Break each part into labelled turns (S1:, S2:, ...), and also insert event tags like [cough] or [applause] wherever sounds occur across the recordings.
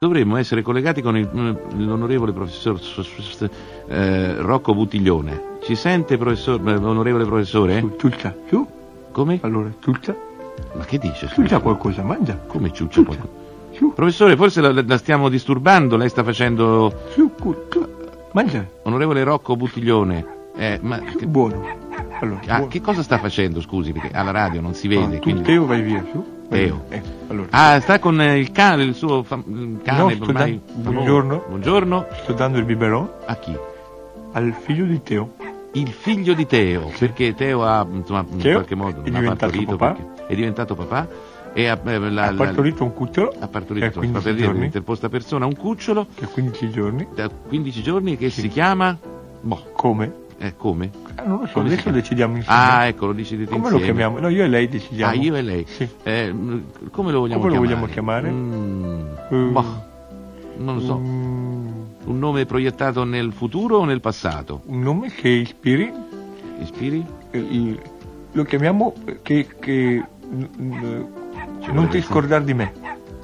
S1: Dovremmo essere collegati con il- mm, l'onorevole professor s- s- eh, Rocco Buttiglione. Ci sente, professor, eh, onorevole professore?
S2: Ciuccia, su,
S1: Come?
S2: allora ciuccia,
S1: Ma che dice?
S2: ciuccia qualcosa, mangia.
S1: Come ciuccia qualcosa?
S2: Su,
S1: Professore, forse la, la stiamo disturbando, lei sta facendo...
S2: su, cu- cla- mangia,
S1: Onorevole Rocco Buttiglione, eh, ma...
S2: su,
S1: Che,
S2: buono. Allora,
S1: ah,
S2: buono.
S1: che cosa sta facendo, scusi, perché alla radio non si vede,
S2: Ah, tu,
S1: quindi...
S2: Teo, vai via, su. vai
S1: Teo.
S2: via. Eh, allora,
S1: Ah, sta con eh, il cane, il suo fam- il cane...
S2: sto
S1: ormai
S2: dando-
S1: famoso.
S2: buongiorno.
S1: Buongiorno.
S2: sto dando il biberon
S1: A chi?
S2: al figlio di Teo.
S1: Il figlio di Teo, perché Teo ha, insomma, in
S2: Teo
S1: qualche modo...
S2: è
S1: non ha
S2: diventato
S1: partorito
S2: papà.
S1: perché- È diventato papà e ha... eh, la-
S2: Ha
S1: la-
S2: partorito un cucciolo
S1: ha
S2: che
S1: partorito,
S2: ha
S1: sto
S2: 15
S1: per dire,
S2: giorni,
S1: un'interposta persona, un cucciolo
S2: che ha 15 giorni.
S1: da 15 giorni che si chiama... Boh,
S2: Come?
S1: eh, come?
S2: Ah, non lo so,
S1: Come si
S2: adesso
S1: chiama?
S2: decidiamo insieme.
S1: Ah, ecco, lo dici di te
S2: Come
S1: insieme.
S2: lo chiamiamo? No, io e lei decidiamo.
S1: Ah, io e lei.
S2: Sì.
S1: Eh, mh, come lo vogliamo
S2: Come lo vogliamo
S1: chiamare?
S2: chiamare?
S1: Mm,
S2: Eh,
S1: boh, non lo so.
S2: Mm,
S1: Un nome proiettato nel futuro o nel passato?
S2: un nome che ispiri
S1: Ispiri?
S2: eh, il- lo chiamiamo eh, che, che, mm, mm,
S1: Cioè,
S2: non
S1: sì.
S2: ti scordare di me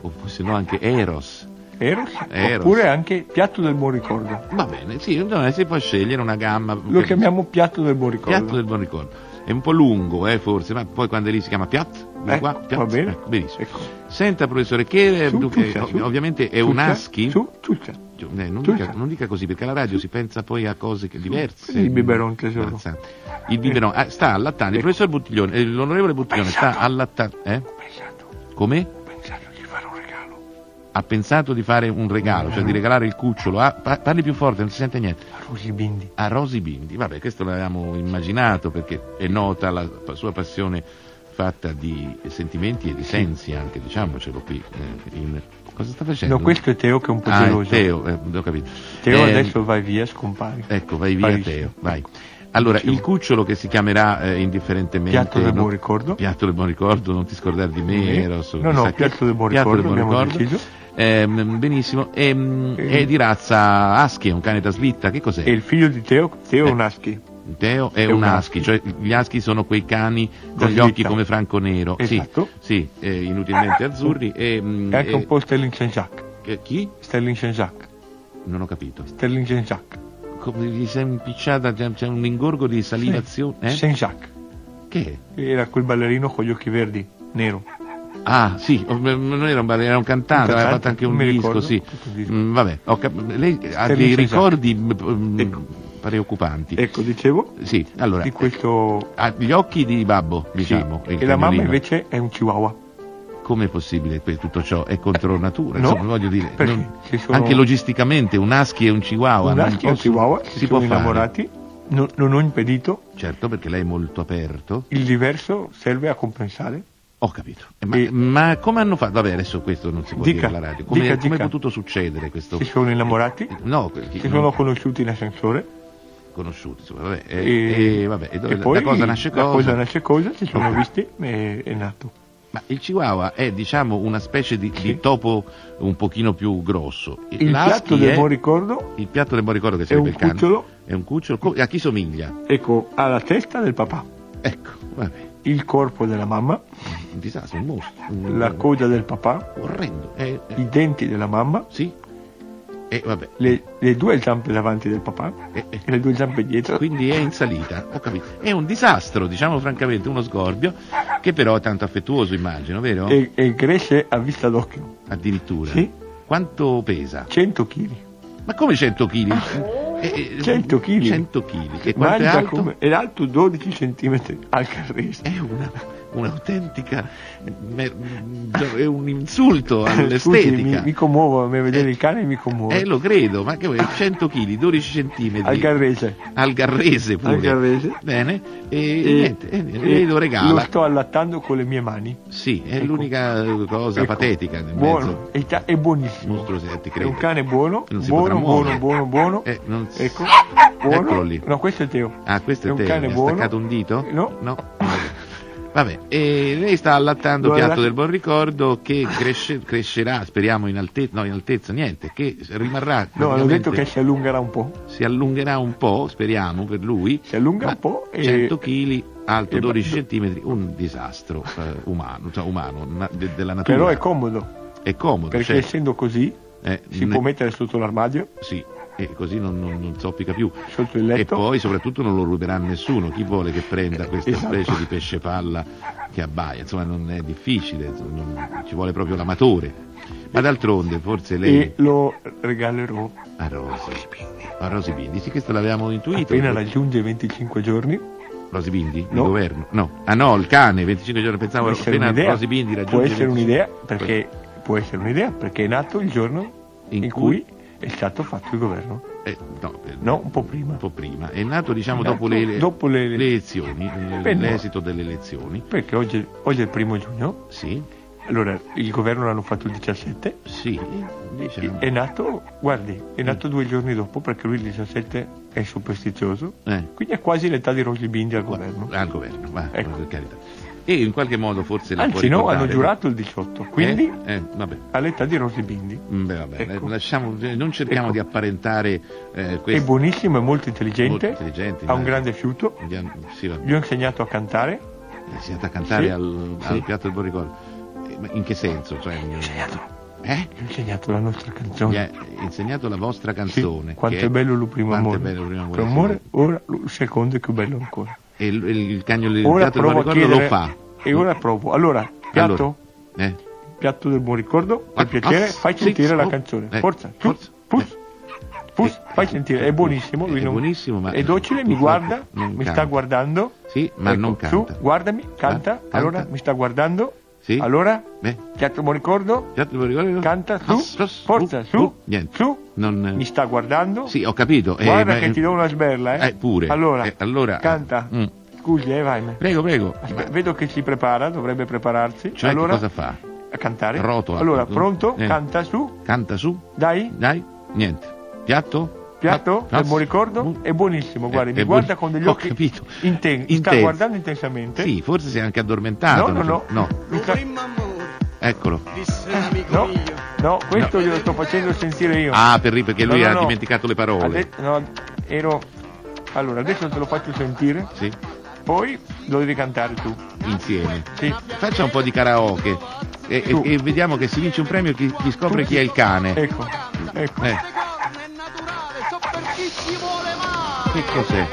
S1: O se no anche Eros.
S2: Eros,
S1: Eros.
S2: oppure anche piatto del buon ricordo
S1: Va bene, sì, no, eh, si può scegliere una gamma.
S2: lo
S1: che-
S2: chiamiamo piatto del buon ricordo
S1: Piatto del buon ricordo. È un po' lungo, eh, forse, ma poi quando è lì si chiama Piat. vieni
S2: Ecco,
S1: qua, Piat,
S2: va bene
S1: ecco, benissimo.
S2: Ecco.
S1: Senta, professore, che eh,
S2: Su,
S1: dunque,
S2: ciuccia,
S1: ov-
S2: su.
S1: ovviamente è un
S2: Ciuccia,
S1: ASCII.
S2: su, ciuccia.
S1: Cioè, eh, non,
S2: Ciuccia.
S1: dica, non dica così, perché alla radio si pensa poi a cose che- diverse.
S2: Prendi il biberon, Ecco. tesoro.
S1: Imbarazzante. Il biberon ah, sta allattando. Il professor Buttiglione, eh, l'onorevole Buttiglione sta allattando. Eh?
S2: ho pensato
S1: Come?
S2: ho pensato di fare un regalo
S1: Ha pensato di fare un regalo, cioè di
S2: Eh.
S1: regalare il cucciolo. a- pa- parli più forte, non si sente niente.
S2: a Rosy Bindi
S1: A Rosy Bindi. Vabbè, questo l'avevamo immaginato perché è nota la pa- sua passione fatta di sentimenti e di sensi anche, diciamocelo qui. eh, in- Cosa sta facendo?
S2: no questo è Teo che è un po'
S1: Ah, è
S2: geloso
S1: Teo, eh, ho capito.
S2: Teo
S1: Eh,
S2: adesso vai via scompari
S1: Ecco, vai via
S2: Sparisci.
S1: Teo, vai. Allora, il cucciolo che si chiamerà eh, indifferentemente...
S2: piatto del
S1: no?
S2: buon ricordo
S1: Piatto del buon ricordo, non ti scordare di me,
S2: Eh?
S1: Eros,
S2: No,
S1: chissà
S2: no,
S1: che-
S2: piatto del buon ricordo, abbiamo deciso.
S1: Ehm, benissimo, Ehm,
S2: Ehm.
S1: è di razza Aschi, è un cane da slitta, che cos'è?
S2: e il figlio di Teo Teo
S1: Eh.
S2: è un husky
S1: Teo è,
S2: è
S1: un
S2: un
S1: Aschi, cioè gli Aschi sono quei cani
S2: Da
S1: con gli occhi
S2: slitta.
S1: come Franco Nero,
S2: Esatto.
S1: sì, sì, eh, inutilmente azzurri, e, mm,
S2: è anche
S1: e-
S2: un po' Sterling Jacques
S1: eh, chi?
S2: Sterling Jacques
S1: Non ho capito.
S2: Sterling Jacques
S1: Come gli sei impicciata, c'è c'è un ingorgo di salivazione, eh?
S2: Saint Jacques
S1: Che è?
S2: Era quel ballerino con gli occhi verdi, nero.
S1: Ah, sì, oh, m- non era un ballerino, era un
S2: Un
S1: cantante, aveva
S2: cantante,
S1: fatto anche un
S2: non mi
S1: disco,
S2: ricordo.
S1: sì.
S2: Un disco.
S1: Mm, vabbè, ho cap- lei ha
S2: Sterling
S1: dei
S2: Cesar.
S1: ricordi m- m-
S2: Ecco.
S1: preoccupanti.
S2: Ecco, dicevo,
S1: Sì, allora,
S2: di questo...
S1: ha gli occhi di babbo, diciamo.
S2: sì.
S1: il Ah,
S2: E la mamma
S1: cagnolino.
S2: invece è un chihuahua.
S1: Com'è possibile que- tutto ciò? È contro natura,
S2: Eh, No,
S1: insomma, voglio dire.
S2: perché
S1: non-
S2: ci sono-
S1: Anche logisticamente, un husky e un chihuahua.
S2: un
S1: non
S2: husky e un
S1: possono-
S2: chihuahua si,
S1: si può
S2: sono
S1: fare.
S2: innamorati. Non, non ho impedito.
S1: Certo, perché lei è molto aperto.
S2: Il diverso serve a compensare.
S1: Ho capito. Eh, Ma,
S2: E-
S1: ma come hanno fatto? Vabbè, adesso questo non si può
S2: Dica,
S1: dire alla radio. Come,
S2: dica,
S1: come è
S2: dica.
S1: potuto succedere questo?
S2: Si sono innamorati.
S1: No, perché-
S2: Si sono
S1: non-
S2: conosciuti in ascensore.
S1: conosciuti. Insomma, vabbè, e, e eh, vabbè, e dove-
S2: e poi
S1: da cosa nasce
S2: da
S1: cosa?
S2: cosa nasce cosa,
S1: [laughs]
S2: si sono
S1: Ok.
S2: visti e è nato.
S1: Ma il Chihuahua è diciamo una specie di, di topo un pochino più grosso.
S2: Il
S1: L'husky
S2: piatto
S1: è-
S2: del buon ricordo,
S1: il piatto del buon ricordo che
S2: è
S1: sarebbe
S2: un
S1: il cane.
S2: cucciolo.
S1: È un cucciolo. Co- A chi somiglia?
S2: ecco, ha la testa del papà,
S1: Ecco, vabbè,
S2: il corpo della mamma,
S1: un disastro, un mostro. Un,
S2: la coda del papà,
S1: orrendo. Eh, eh,
S2: i denti della mamma,
S1: sì. E vabbè.
S2: le, le due zampe davanti del papà
S1: Eh, eh.
S2: e le due zampe dietro.
S1: Quindi è in salita, ho capito. È un disastro, diciamo francamente, uno sgorbio, che però è tanto affettuoso, immagino, vero?
S2: E, e cresce a vista d'occhio,
S1: Addirittura.
S2: Sì.
S1: Quanto pesa?
S2: 100 kg.
S1: Ma come Eh, 100 kg?
S2: 100 Ah, chili.
S1: 100 kg. E quanto è
S2: Mangia
S1: alto?
S2: come... È alto 12 cm al carrese.
S1: È una, un'autentica eh, è un
S2: [laughs]
S1: insulto
S2: Eh, Scusi, mi,
S1: all'estetica.
S2: mi commuovo a vedere il cane, mi commuovo.
S1: Eh, lo credo, ma che vuoi, 100 kg, 12 cm.
S2: Al Garrese.
S1: Al Garrese pure.
S2: Al Garrese.
S1: Bene, e, niente, e lei lo
S2: eh, Lo
S1: regala.
S2: sto allattando con le mie mani.
S1: Sì, è
S2: Ecco.
S1: l'unica cosa
S2: Ecco.
S1: patetica nel
S2: Buono,
S1: mezzo.
S2: è, già- è buonissimo.
S1: Mostruoso, ti
S2: È
S1: credo.
S2: un cane buono,
S1: Non si
S2: buono,
S1: potrà
S2: buono,
S1: muovere.
S2: buono, buono.
S1: Eh, non si-
S2: Ecco, buono.
S1: Eccolo lì.
S2: No, questo è Teo.
S1: Ah, questo è,
S2: un
S1: te,
S2: cane
S1: mi ha
S2: buono.
S1: staccato un dito?
S2: No.
S1: Vabbè, e lei sta allattando
S2: Guarda-
S1: piatto del buon ricordo che cresce- crescerà, speriamo in altezza, no in altezza niente, che rimarrà
S2: No, hanno detto che
S1: praticamente-
S2: si allungherà un po'.
S1: si allungherà un po', speriamo per lui.
S2: Si allunga
S1: ma
S2: un po' e-
S1: 100 kg, alto
S2: e-
S1: 12 cm, un disastro eh, umano, cioè umano, na- de- della natura.
S2: Però è comodo,
S1: È comodo,
S2: perché
S1: certo.
S2: essendo così
S1: Eh,
S2: si
S1: ne-
S2: può mettere sotto l'armadio,
S1: Sì, e così non, non- non zoppica più.
S2: sotto il
S1: E
S2: letto.
S1: poi soprattutto non lo ruberà nessuno, chi vuole che prenda questa
S2: Esatto.
S1: specie di pesce palla che abbaia, insomma non è difficile, insomma, non- ci vuole proprio l'amatore. Ma d'altronde forse lei... Ah,
S2: E lo regalerò
S1: A Rosy. A Rosy Bindi, sì, questo l'avevamo intuito.
S2: appena raggiunge i 25 giorni.
S1: Rosy Bindi? Il
S2: No.
S1: governo? No. Ah no, il cane, 25 giorni, pensavo
S2: Può essere
S1: appena
S2: un'idea,
S1: Rosy Bindi raggiunge...
S2: può essere
S1: 25
S2: un'idea perché, può essere un'idea perché è nato il giorno
S1: In
S2: in,
S1: cui-
S2: cui è stato fatto il governo.
S1: Eh, no, eh,
S2: No, un po' prima.
S1: un po' prima. È nato, diciamo,
S2: Nato
S1: dopo, le,
S2: dopo le-
S1: le elezioni, eh,
S2: Beh, no.
S1: l'esito delle elezioni.
S2: Perché oggi, oggi è il primo giugno,
S1: Sì,
S2: allora il governo l'hanno fatto il 17.
S1: sì, diciamo.
S2: È nato, guardi, è
S1: Mm.
S2: nato due giorni dopo perché lui il 17 è superstizioso,
S1: Eh.
S2: quindi è quasi l'età di Rosy Bindi al
S1: Qua-
S2: governo.
S1: Al governo, va,
S2: Ecco.
S1: per carità. E in qualche modo forse la può
S2: Anzi no,
S1: ricordare,
S2: hanno giurato il 18, quindi
S1: Eh, eh, vabbè.
S2: all'età di Rosy Bindi.
S1: Mm, Beh, vabbè,
S2: Ecco.
S1: eh, lasciamo- eh, non cerchiamo
S2: Ecco.
S1: di apparentare eh,
S2: È
S1: questo.
S2: buonissimo, è molto
S1: Molto
S2: intelligente,
S1: intelligente, Mm.
S2: ha un
S1: ma-
S2: grande fiuto,
S1: Andiamo- sì, vabbè.
S2: gli ho insegnato a cantare,
S1: Eh, Siete a cantare
S2: Sì,
S1: al,
S2: sì.
S1: al piatto del buon ricordo. Eh, ma In che senso? Cioè, eh?
S2: gli ho insegnato la nostra
S1: Gli
S2: canzone.
S1: ha insegnato la vostra
S2: Sì,
S1: canzone.
S2: quanto
S1: che
S2: è bello il primo
S1: quanto
S2: amore.
S1: È bello il primo amore.
S2: Primo amore, ora il secondo è più bello ancora.
S1: E il, il, il cagno del
S2: Ora
S1: piatto del buon
S2: provo a
S1: ricordo
S2: chiedere
S1: lo fa.
S2: E ora provo. Allora, piatto,
S1: Allora, eh?
S2: piatto del buon ricordo, per
S1: Ah,
S2: piacere,
S1: ah,
S2: fai
S1: sì,
S2: sentire la
S1: oh,
S2: canzone.
S1: eh,
S2: forza,
S1: forza, eh.
S2: pus, pus, pus, fai sentire, è buonissimo, lui
S1: È
S2: non-
S1: buonissimo, ma-
S2: è docile, mi
S1: purtroppo
S2: guarda,
S1: non
S2: mi
S1: canta.
S2: sta guardando.
S1: Sì, ma
S2: Ecco,
S1: non
S2: su,
S1: canta.
S2: guardami, canta,
S1: Ma- canta.
S2: allora mi sta guardando.
S1: Sì.
S2: Allora,
S1: Beh.
S2: piatto del buon ricordo,
S1: Piatto del buon ricordo?
S2: Canta su,
S1: Ah, sos-
S2: forza,
S1: uh,
S2: su,
S1: uh, niente.
S2: su.
S1: Non, eh,
S2: mi sta guardando.
S1: Sì, ho capito. eh,
S2: Guarda
S1: ma-
S2: che ti do una sberla, eh.
S1: Eh, pure.
S2: Allora,
S1: Eh, allora-
S2: canta.
S1: Mm.
S2: Scusi, eh, vai. me.
S1: Prego, prego.
S2: Aspe- vedo che si prepara, dovrebbe prepararsi.
S1: Cioè, che
S2: allora,
S1: cosa fa?
S2: A cantare.
S1: Rotola.
S2: Allora, pronto?
S1: Eh.
S2: Canta su.
S1: Canta su?
S2: Dai.
S1: Dai, niente. Piatto?
S2: Piatto,
S1: Ah,
S2: è buon
S1: bu-
S2: ricordo, è buonissimo, guarda,
S1: Eh,
S2: mi
S1: è
S2: guarda
S1: buon-
S2: con degli
S1: ho
S2: occhi
S1: capito.
S2: intensi, mi sta
S1: Intensi.
S2: guardando intensamente.
S1: Sì, forse si è anche addormentato.
S2: No, no,
S1: non so-
S2: no.
S3: Un primo amore,
S1: Eccolo.
S3: disse
S2: [laughs]
S3: l'amico
S2: No,
S3: mio.
S2: no, questo glielo sto facendo sentire io.
S1: Ah, per, ri- perché lui
S2: No, no,
S1: ha
S2: no.
S1: dimenticato le parole.
S2: Ha detto- no, ero... Allora, adesso te lo faccio sentire,
S1: Sì,
S2: poi lo devi cantare tu.
S1: insieme.
S2: Sì.
S1: Faccia un po' di karaoke e, e-
S2: Tu.
S1: e vediamo che si vince un premio chi, chi scopre chi è il cane.
S2: Ecco, ecco.
S1: Eh,
S3: Come è naturale, so per chi ci vuole mai.
S1: che cos'è?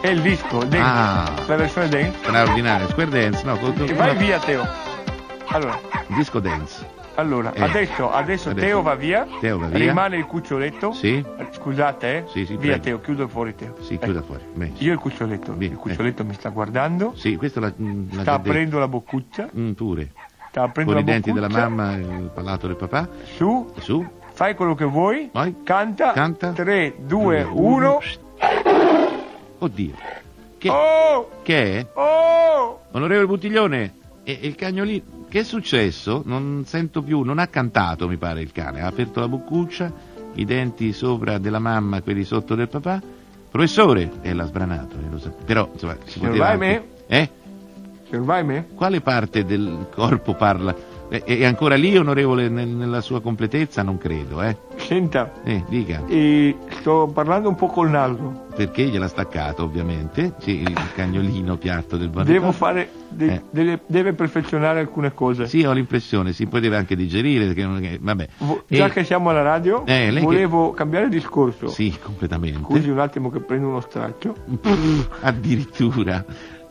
S2: È il disco, dance,
S1: Ah.
S2: la versione dance.
S1: Straordinario, square dance, no, con,
S2: E
S1: con-
S2: vai via, Teo. Allora,
S1: disco dance.
S2: allora,
S1: Eh.
S2: adesso, adesso
S1: Adesso.
S2: Teo va via,
S1: Teo va via.
S2: rimane il cuccioletto.
S1: Sì.
S2: Scusate, eh.
S1: Sì, sì,
S2: via,
S1: prego.
S2: Teo, chiudo fuori, Teo.
S1: Sì,
S2: Ecco.
S1: chiuda fuori. Bene.
S2: Io il cuccioletto,
S1: Via,
S2: il cuccioletto mi sta guardando,
S1: Sì, questo la, mm, l'ha
S2: sta
S1: già detto.
S2: aprendo la boccuccia,
S1: Mm, pure.
S2: sta aprendo
S1: Con i
S2: la
S1: denti della
S2: boccuccia.
S1: mamma, il palato del papà.
S2: Su,
S1: Su,
S2: fai quello che vuoi,
S1: Vai.
S2: canta,
S1: Canta.
S2: 3, 2,
S1: Due,
S2: 1.
S1: Oddio. Che,
S2: Oh!
S1: che è?
S2: Oh!
S1: Onorevole Buttiglione, e, e il cagnolino, che è successo? Non sento più, non ha cantato, mi pare, il cane. Ha aperto la boccuccia, i denti sopra della mamma, quelli sotto del papà. Professore, e l'ha sbranato, eh, lo sa- però insomma si
S2: Signor
S1: poteva...
S2: Vaime?
S1: anche- Eh?
S2: Signor Vaime?
S1: Quale parte del corpo parla? È, è ancora lì, onorevole, nel- nella sua completezza? Non credo, eh?
S2: Senta,
S1: Eh, dica,
S2: e sto parlando un po' col naso.
S1: perché gliel'ha staccato, ovviamente. Sì, il cagnolino piatto del bambino.
S2: Devo fare. de-
S1: Eh.
S2: delle- deve perfezionare alcune cose.
S1: Sì, ho l'impressione, si poteva anche digerire, perché non- che- vabbè.
S2: Vo-
S1: E-
S2: già che siamo alla radio,
S1: Eh, lei che-
S2: volevo cambiare discorso.
S1: Sì, completamente.
S2: Scusi un attimo che prendo uno straccio.
S1: Addirittura.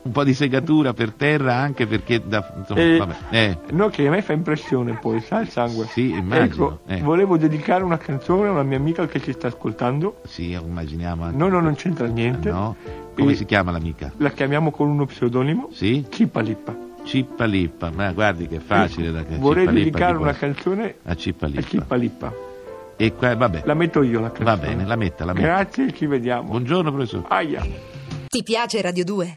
S1: Un po' di segatura per terra anche perché da... insomma,
S2: Eh,
S1: vabbè. Eh,
S2: No, che a me fa impressione poi, sa il sangue.
S1: Sì, immagino,
S2: Ecco,
S1: eh.
S2: volevo dedicare una canzone a una mia amica che ci sta ascoltando.
S1: sì, immaginiamo anche...
S2: No, no, non c'entra niente.
S1: No? Come
S2: E-
S1: si chiama l'amica?
S2: La chiamiamo con uno pseudonimo.
S1: Sì?
S2: Cipalippa.
S1: Cippa Lippa, ma guardi che facile da che
S2: Vorrei
S1: Cippa Lippa
S2: dedicare
S1: di qua-
S2: una
S1: Eh,
S2: canzone
S1: a Cippa
S2: a
S1: Lippa.
S2: Cippa Lippa.
S1: E qua, vabbè,
S2: La metto io la
S1: va
S2: canzone.
S1: bene, la metta, la metta.
S2: Grazie, ci vediamo.
S1: Buongiorno professore.
S2: Aia.
S4: Ti piace Radio 2?